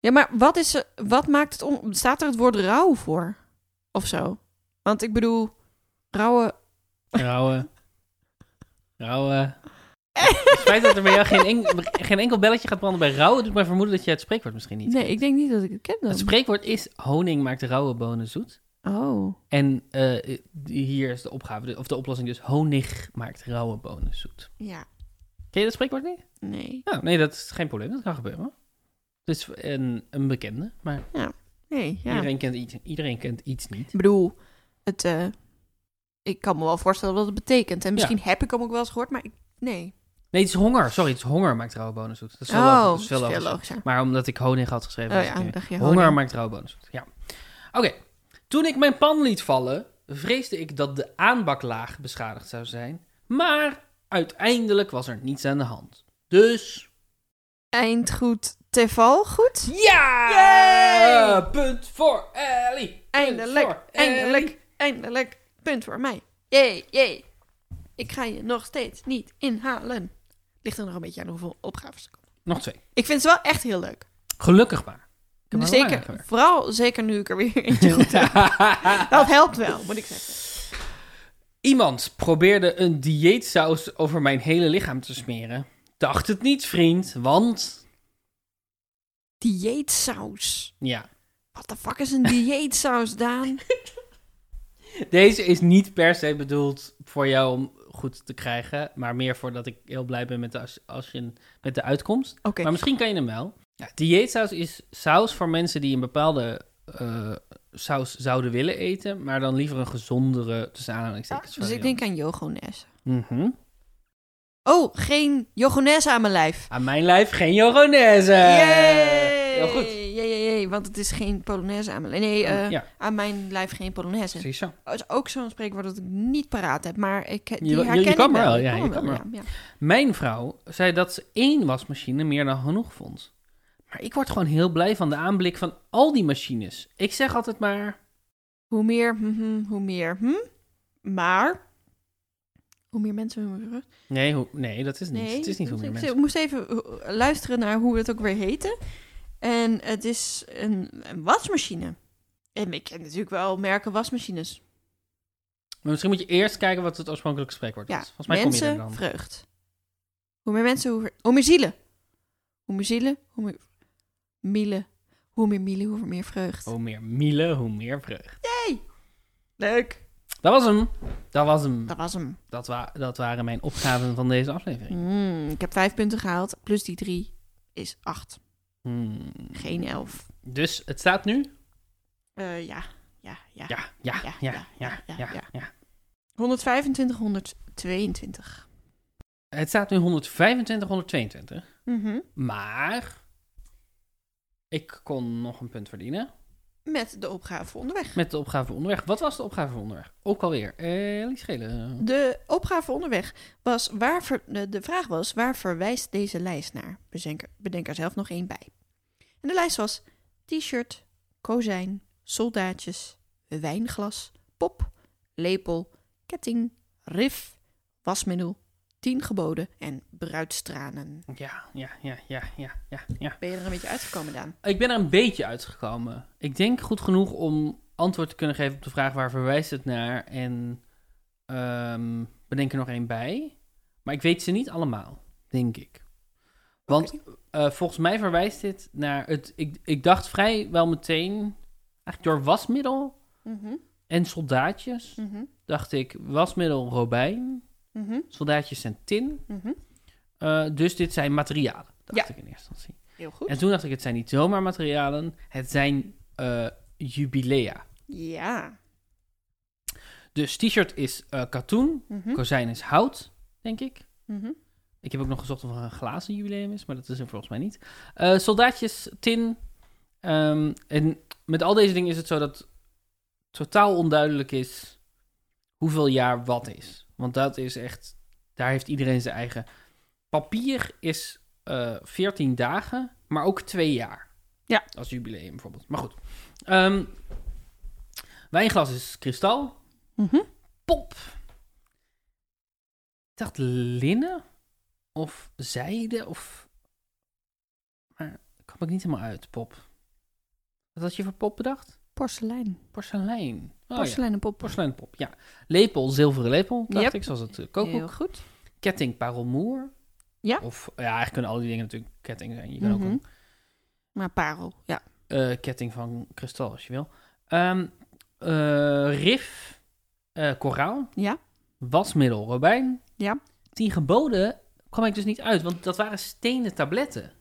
ja, maar wat, is, er- wat maakt het om? Staat er het woord rauw voor? Of zo? Want ik bedoel, rauwe...
Rauwe. Rauwe. Het feit dat er bij jou geen, en- geen enkel belletje gaat branden bij rauwe doet mij vermoeden dat jij het spreekwoord misschien niet
Nee,
kent.
ik denk niet dat ik het ken dan.
Het spreekwoord is honing maakt de rauwe bonen zoet.
Oh,
En eh, die- hier is de opgave, de- of de oplossing dus, honig maakt rauwe bonen zoet.
ja.
Ken je dat spreekwoord niet?
Nee.
Nou, nee, dat is geen probleem, dat kan gebeuren. Het is een, een bekende, maar
Nee, ja.
iedereen, kent iets, iedereen kent iets niet.
Ik bedoel, het, eh, ik kan me wel voorstellen wat het betekent. En misschien heb ik hem ook wel eens gehoord, maar ik, nee.
Nee, het is honger, sorry, het is honger maakt rauwe bonen zoet. Dat is wel
oh,
logisch,
dat
dat is wel logisch.
logischer.
Maar omdat ik honing had geschreven,
Oh
was ik
ja,
niet-
dan dacht je
Honger
honing.
maakt rauwbonen zoet. Ja. Oké. Toen ik mijn pan liet vallen, vreesde ik dat de aanbaklaag beschadigd zou zijn. Maar uiteindelijk was er niets aan de hand. Dus.
Eindgoed, Teval, goed?
Ja!
Yay!
Punt voor Ellie! Punt voor
Eindelijk,
Ellie.
eindelijk, eindelijk. Punt voor mij. Jee, jee. Ik ga je nog steeds niet inhalen. Ligt er nog een beetje aan hoeveel opgaves er komen.
Nog twee.
Ik vind ze wel echt heel leuk.
Gelukkig maar. Ik heb er wel aan
Zeker,
gewerkt.
vooral zeker nu ik er weer eentje goed heb. Dat helpt wel, moet ik zeggen.
Iemand probeerde een dieetsaus over mijn hele lichaam te smeren. Dacht het niet, vriend, want.
Dieetsaus.
Ja.
Wat de fuck is een dieetsaus, Daan?
Deze is niet per se bedoeld voor jou om goed te krijgen, maar meer voordat ik heel blij ben met de, als, als je, met de uitkomst.
Oké.
Maar misschien kan je hem wel. Ja, dieetsaus is saus voor mensen die een bepaalde eh, saus zouden willen eten, maar dan liever een gezondere, tussen aanhalingstekens.
Dus ik
variant.
denk aan yogones.
Mhm.
Oh, geen yogones aan mijn lijf.
Aan mijn lijf geen yogonese.
Yay!
Heel goed. Oh,
Jee, jee, jee, want het is geen polonaise aan mijn lijf. Nee, eh,
ja,
aan mijn lijf geen polonaise.
precies zo.
Dat is ook zo'n spreekwoord dat ik niet paraat heb, maar ik die
Je- je- je
herken ik
kan maar wel,
Ik
ja, je
hem
kan
wel,
maar
ja,
Mijn vrouw zei dat ze één wasmachine meer dan genoeg vond. Maar ik word gewoon heel blij van de aanblik van al die machines. Ik zeg altijd maar...
Hoe meer, mhm, hoe meer, hm? Maar, hoe meer mensen, hoe meer rust.
Nee, hoe- nee dat is niet.
Nee,
het is niet hoe
ik-
meer
ik-
mensen.
Ik moest even eh, luisteren naar hoe het ook weer heette. En het is een, een wasmachine. En ik ken natuurlijk wel merken wasmachines.
Maar misschien moet je eerst kijken wat het oorspronkelijke spreekwoord
Ja,
is. Volgens mij kom je
mensen,
er dan.
vreugd. Hoe meer mensen, hoe, ver- hoe meer zielen. Hoe meer zielen, hoe meer... Mielen. Hoe meer mielen, hoe meer vreugd.
Hoe meer mielen, hoe meer vreugd.
Leuk.
Dat was hem. Dat was hem.
Dat was hem.
Dat, wa- dat waren mijn opgaven van deze aflevering.
Mm, ik heb vijf punten gehaald. Plus die drie is acht.
Hmm.
Geen elf.
Dus het staat nu?
Eh, ja. Ja, ja.
Ja, ja, ja, ja, ja, ja,
ja.
ja.
125, 122.
Het staat nu 125, 122.
Mhm.
Maar ik kon nog een punt verdienen
Met de opgave onderweg.
met de opgave voor onderweg. Wat was de opgave voor onderweg? Ook alweer. Eh, liet schelen.
De opgave onderweg was waar ver- de de vraag was waar verwijst deze lijst naar? Bedenk, bedenk er zelf nog één bij. En de lijst was t-shirt, kozijn, soldaatjes, wijnglas, pop, lepel, ketting, rif, wasmiddel, tien geboden en bruidstranen.
Ja, ja, ja, ja, ja, ja, ja.
Ben je er een beetje uitgekomen, Daan?
Ik ben er een beetje uitgekomen. Ik denk goed genoeg om antwoord te kunnen geven op de vraag waar verwijst het naar. En ehm, bedenk er nog één bij. Maar ik weet ze niet allemaal, denk ik. Want eh, volgens mij verwijst dit naar het. Ik, ik dacht vrijwel meteen, eigenlijk door wasmiddel
Mhm,
en soldaatjes,
mhm,
dacht ik wasmiddel robijn,
mhm,
soldaatjes zijn tin.
mhm.
Eh, dus dit zijn materialen, dacht
Ja.
ik in eerste instantie.
Heel goed.
En toen dacht ik, het zijn niet zomaar materialen, het zijn eh, jubilea.
Ja.
Dus t-shirt is eh katoen,
Mhm,
kozijn is hout, denk ik.
mhm.
Ik heb ook nog gezocht of er een glazen jubileum is, maar dat is er volgens mij niet. Eh, soldaatjes, tin. Ehm, en met al deze dingen is het zo dat totaal onduidelijk is hoeveel jaar wat is. Want dat is echt, daar heeft iedereen zijn eigen. Papier is eh 14 dagen, maar ook twee jaar.
Ja.
Als jubileum bijvoorbeeld. Maar goed. Ehm, wijnglas is kristal.
Mhm.
Pop. Ik dacht linnen of zijde of... Maar daar kwam ik niet helemaal uit, pop. Wat had je voor pop bedacht?
Porselein.
Porselein. Oh, ja.
Porselein en pop.
Porselein pop, ja. Lepel, zilveren lepel, dacht
Yep.
ik, zoals het uh,
Heel
kookboek.
goed.
Ketting, parelmoer.
Ja.
Of, ja, eigenlijk kunnen al die dingen natuurlijk ketting zijn. Je kan ook
Mhm.
een
Maar parel, ja.
eh, ketting van kristal, als je wil. Ehm, eh, rif, eh, koraal.
Ja.
Wasmiddel, robijn.
Ja.
Tien geboden kwam ik dus niet uit, want dat waren stenen tabletten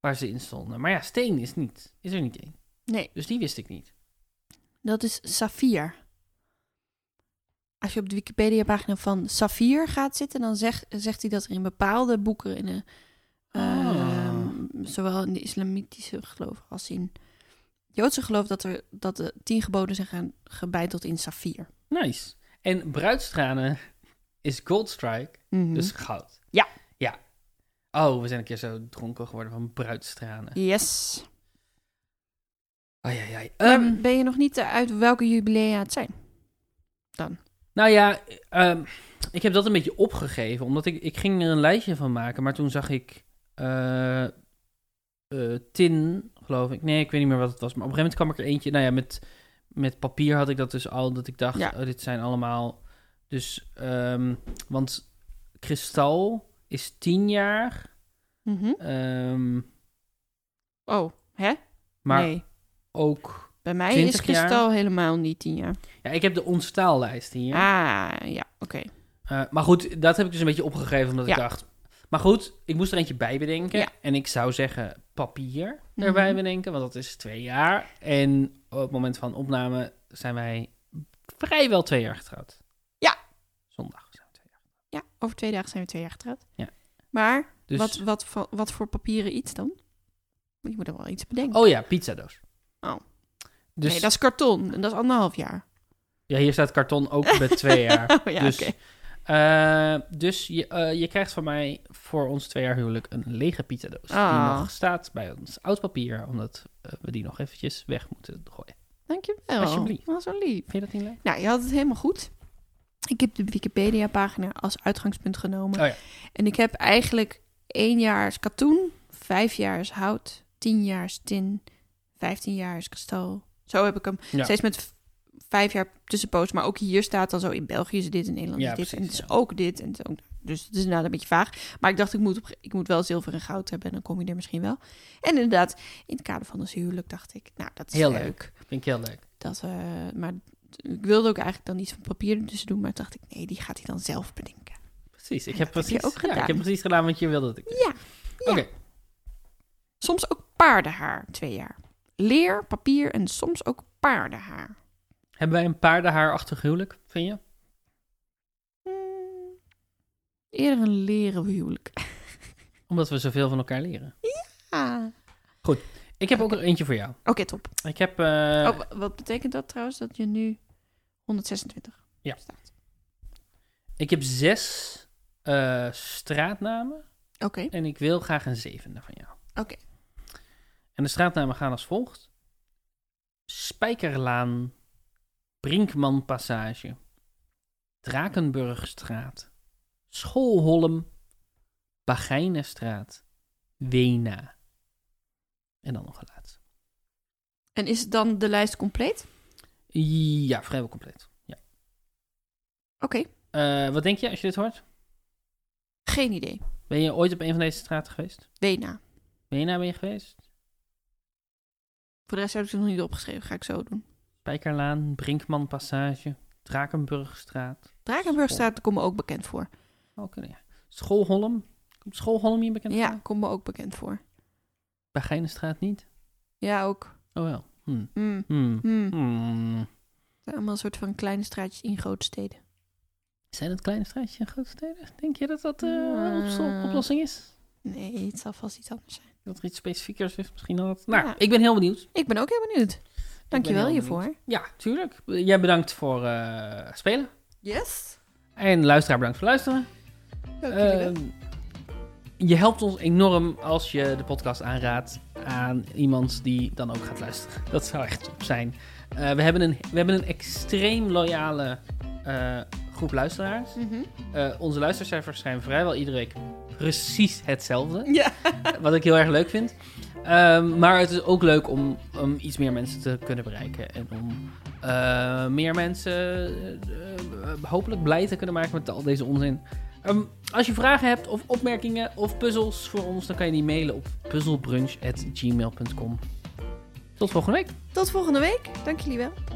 waar ze in stonden. Maar ja, steen is, niet, is er niet één.
Nee.
Dus die wist ik niet.
Dat is saffier. Als je op de Wikipedia-pagina van saffier gaat zitten, dan zeg- zegt hij dat er in bepaalde boeken, in de,
Ah.
ehm, zowel in de islamitische geloof als in Joodse geloof, dat, er, dat de tien geboden zijn gaan gebeiteld in saffier.
Nice. En bruidstranen is goldstrike, dus goud.
Mhm. Ja.
Ja. Oh, we zijn een keer zo dronken geworden van bruidstranen.
Yes.
Ai, ai, ai.
Maar
Ehm,
ben je nog niet eh, uit welke jubilea het zijn?
Nou ja, ehm, ik heb dat een beetje opgegeven, omdat ik, ik ging er een lijstje van maken, maar toen zag ik eh, eh, tin, geloof ik. Nee, ik weet niet meer wat het was, maar op een gegeven moment kwam ik er eentje. Nou ja, met, met papier had ik dat dus al, dat ik dacht,
Ja.
oh, dit zijn allemaal. Dus, ehm, want kristal is tien jaar, ehm,
Oh, hè?
maar
nee.
ook.
Bij mij is
20 jaar.
kristal helemaal niet tien jaar.
Ja, ik heb de ontstaallijst hier.
Ah, ja, oké.
Eh, maar goed, dat heb ik dus een beetje opgegeven omdat ik
Ja.
dacht. Maar goed, ik moest er eentje bij bedenken.
Ja.
En ik zou zeggen papier erbij
Mhm.
bedenken, want dat is twee jaar. En op het moment van opname zijn wij vrijwel twee jaar getrouwd.
Ja.
Zondag zijn we twee jaar.
Ja, over twee dagen zijn we twee jaar getrouwd.
Ja.
Maar
Dus,
wat, wat, voor- wat voor papieren iets dan? Je moet er wel iets bedenken.
Oh ja, pizzadoos.
Oh.
Dus
Nee, dat is karton. En dat is anderhalf jaar.
ja, hier staat karton ook bij twee jaar.
Oh ja,
dus
oké.
eh, dus je, eh, je krijgt van mij voor ons twee jaar huwelijk een lege pizzadoos. Die
Ah.
nog staat bij ons oud papier, omdat eh, we die nog eventjes weg moeten gooien.
Dankjewel.
Alsjeblieft.
Dat was zo lief.
Vind je dat niet leuk?
Nou, je had het helemaal goed. Ik heb de Wikipedia-pagina als uitgangspunt genomen.
Oh ja.
En ik heb eigenlijk één jaar is katoen, vijf jaar is hout, tien jaar is tin, vijftien jaar is kristal. Zo heb ik hem.
Ja.
Steeds met v- vijf jaar tussenpoos. Maar ook hier staat dan zo, in België is dit, in Nederland
Ja,
is dit. en het
precies,
is ook dit. En het is ook, Dus het is inderdaad een beetje vaag. Maar ik dacht, ik moet, op, ik moet wel zilver en goud hebben. En dan kom je er misschien wel. En inderdaad, in het kader van ons huwelijk dacht ik, nou, dat is
Heel
leuk.
leuk. Vind ik heel leuk.
Dat, eh, maar ik wilde ook eigenlijk dan iets van papier ertussen doen. Maar toen dacht ik, nee, die gaat hij dan zelf bedenken.
Precies. Ik
Ja, dat
heb
heb
precies,
je ook
ja, ik
gedaan.
heb precies gedaan wat je wilde dat ik deed.
Ja,
Oké.
soms ook paardenhaar, twee jaar. Leer, papier en soms ook paardenhaar.
Hebben wij een paardenhaarachtig huwelijk, vind je?
Hmm. Eerder een leren huwelijk.
Omdat we zoveel van elkaar leren.
Ah. Oké,
Ik heb ook nog eentje voor jou.
top.
Ik heb... eh,
Oh, wa- wat betekent dat trouwens? Dat je nu 126
Ja.
staat.
Ik heb zes eh, straatnamen
Oké.
en ik wil graag een zevende van jou.
Oké.
En de straatnamen gaan als volgt. Spijkerlaan, Brinkmanpassage, Drakenburgstraat, Schoolholm, Bagijnenstraat, Wena. En dan nog een laatste.
En is dan de lijst compleet?
Ja, vrijwel compleet. Ja.
Oké.
Eh, wat denk je als je dit hoort?
Geen idee.
Ben je ooit op een van deze straten geweest?
Wena.
Wena ben je geweest?
Voor de rest heb ik het nog niet opgeschreven. Ga ik zo doen.
Spijkerlaan, Brinkmanpassage, Drakenburgstraat.
Drakenburgstraat komt me ook bekend voor.
Oké, ja. Schoolholm. Komt Schoolholm hier bekend?
Ja, eh, komt me ook bekend voor.
Bagijnenstraat niet?
Ja, ook.
Oh wel. Hmm.
Mm.
Hmm.
Mm. Het
Hmm.
zijn allemaal een soort van kleine straatjes in grote steden.
Zijn het kleine straatjes in grote steden? Denk je dat dat eh,
Mm.
een opso- oplossing is?
Nee, het zal vast iets anders zijn.
Dat er iets specifiekers is misschien dan dat? Nou,
Ja.
ik ben heel benieuwd.
Ik ben ook heel benieuwd.
Ik ben
Dankjewel
heel
hiervoor.
benieuwd. Ja, tuurlijk. Jij bedankt voor eh, het spelen.
Yes.
En luisteraar, bedankt voor het luisteren. Ehm, je helpt ons enorm als je de podcast aanraadt aan iemand die dan ook gaat luisteren. Dat zou echt top zijn. Eh, we, hebben een, we hebben een extreem loyale eh, groep luisteraars.
Mhm.
Eh, onze luistercijfers zijn vrijwel iedere week precies hetzelfde.
Ja.
Wat ik heel erg leuk vind. Ehm, maar het is ook leuk om, om iets meer mensen te kunnen bereiken. En om eh, meer mensen eh, eh, hopelijk blij te kunnen maken met al deze onzin. Ehm, als je vragen hebt of opmerkingen of puzzels voor ons, dan kan je die mailen op puzzelbrunch.gmail.com. Tot volgende week.
Tot volgende week. Dank jullie wel.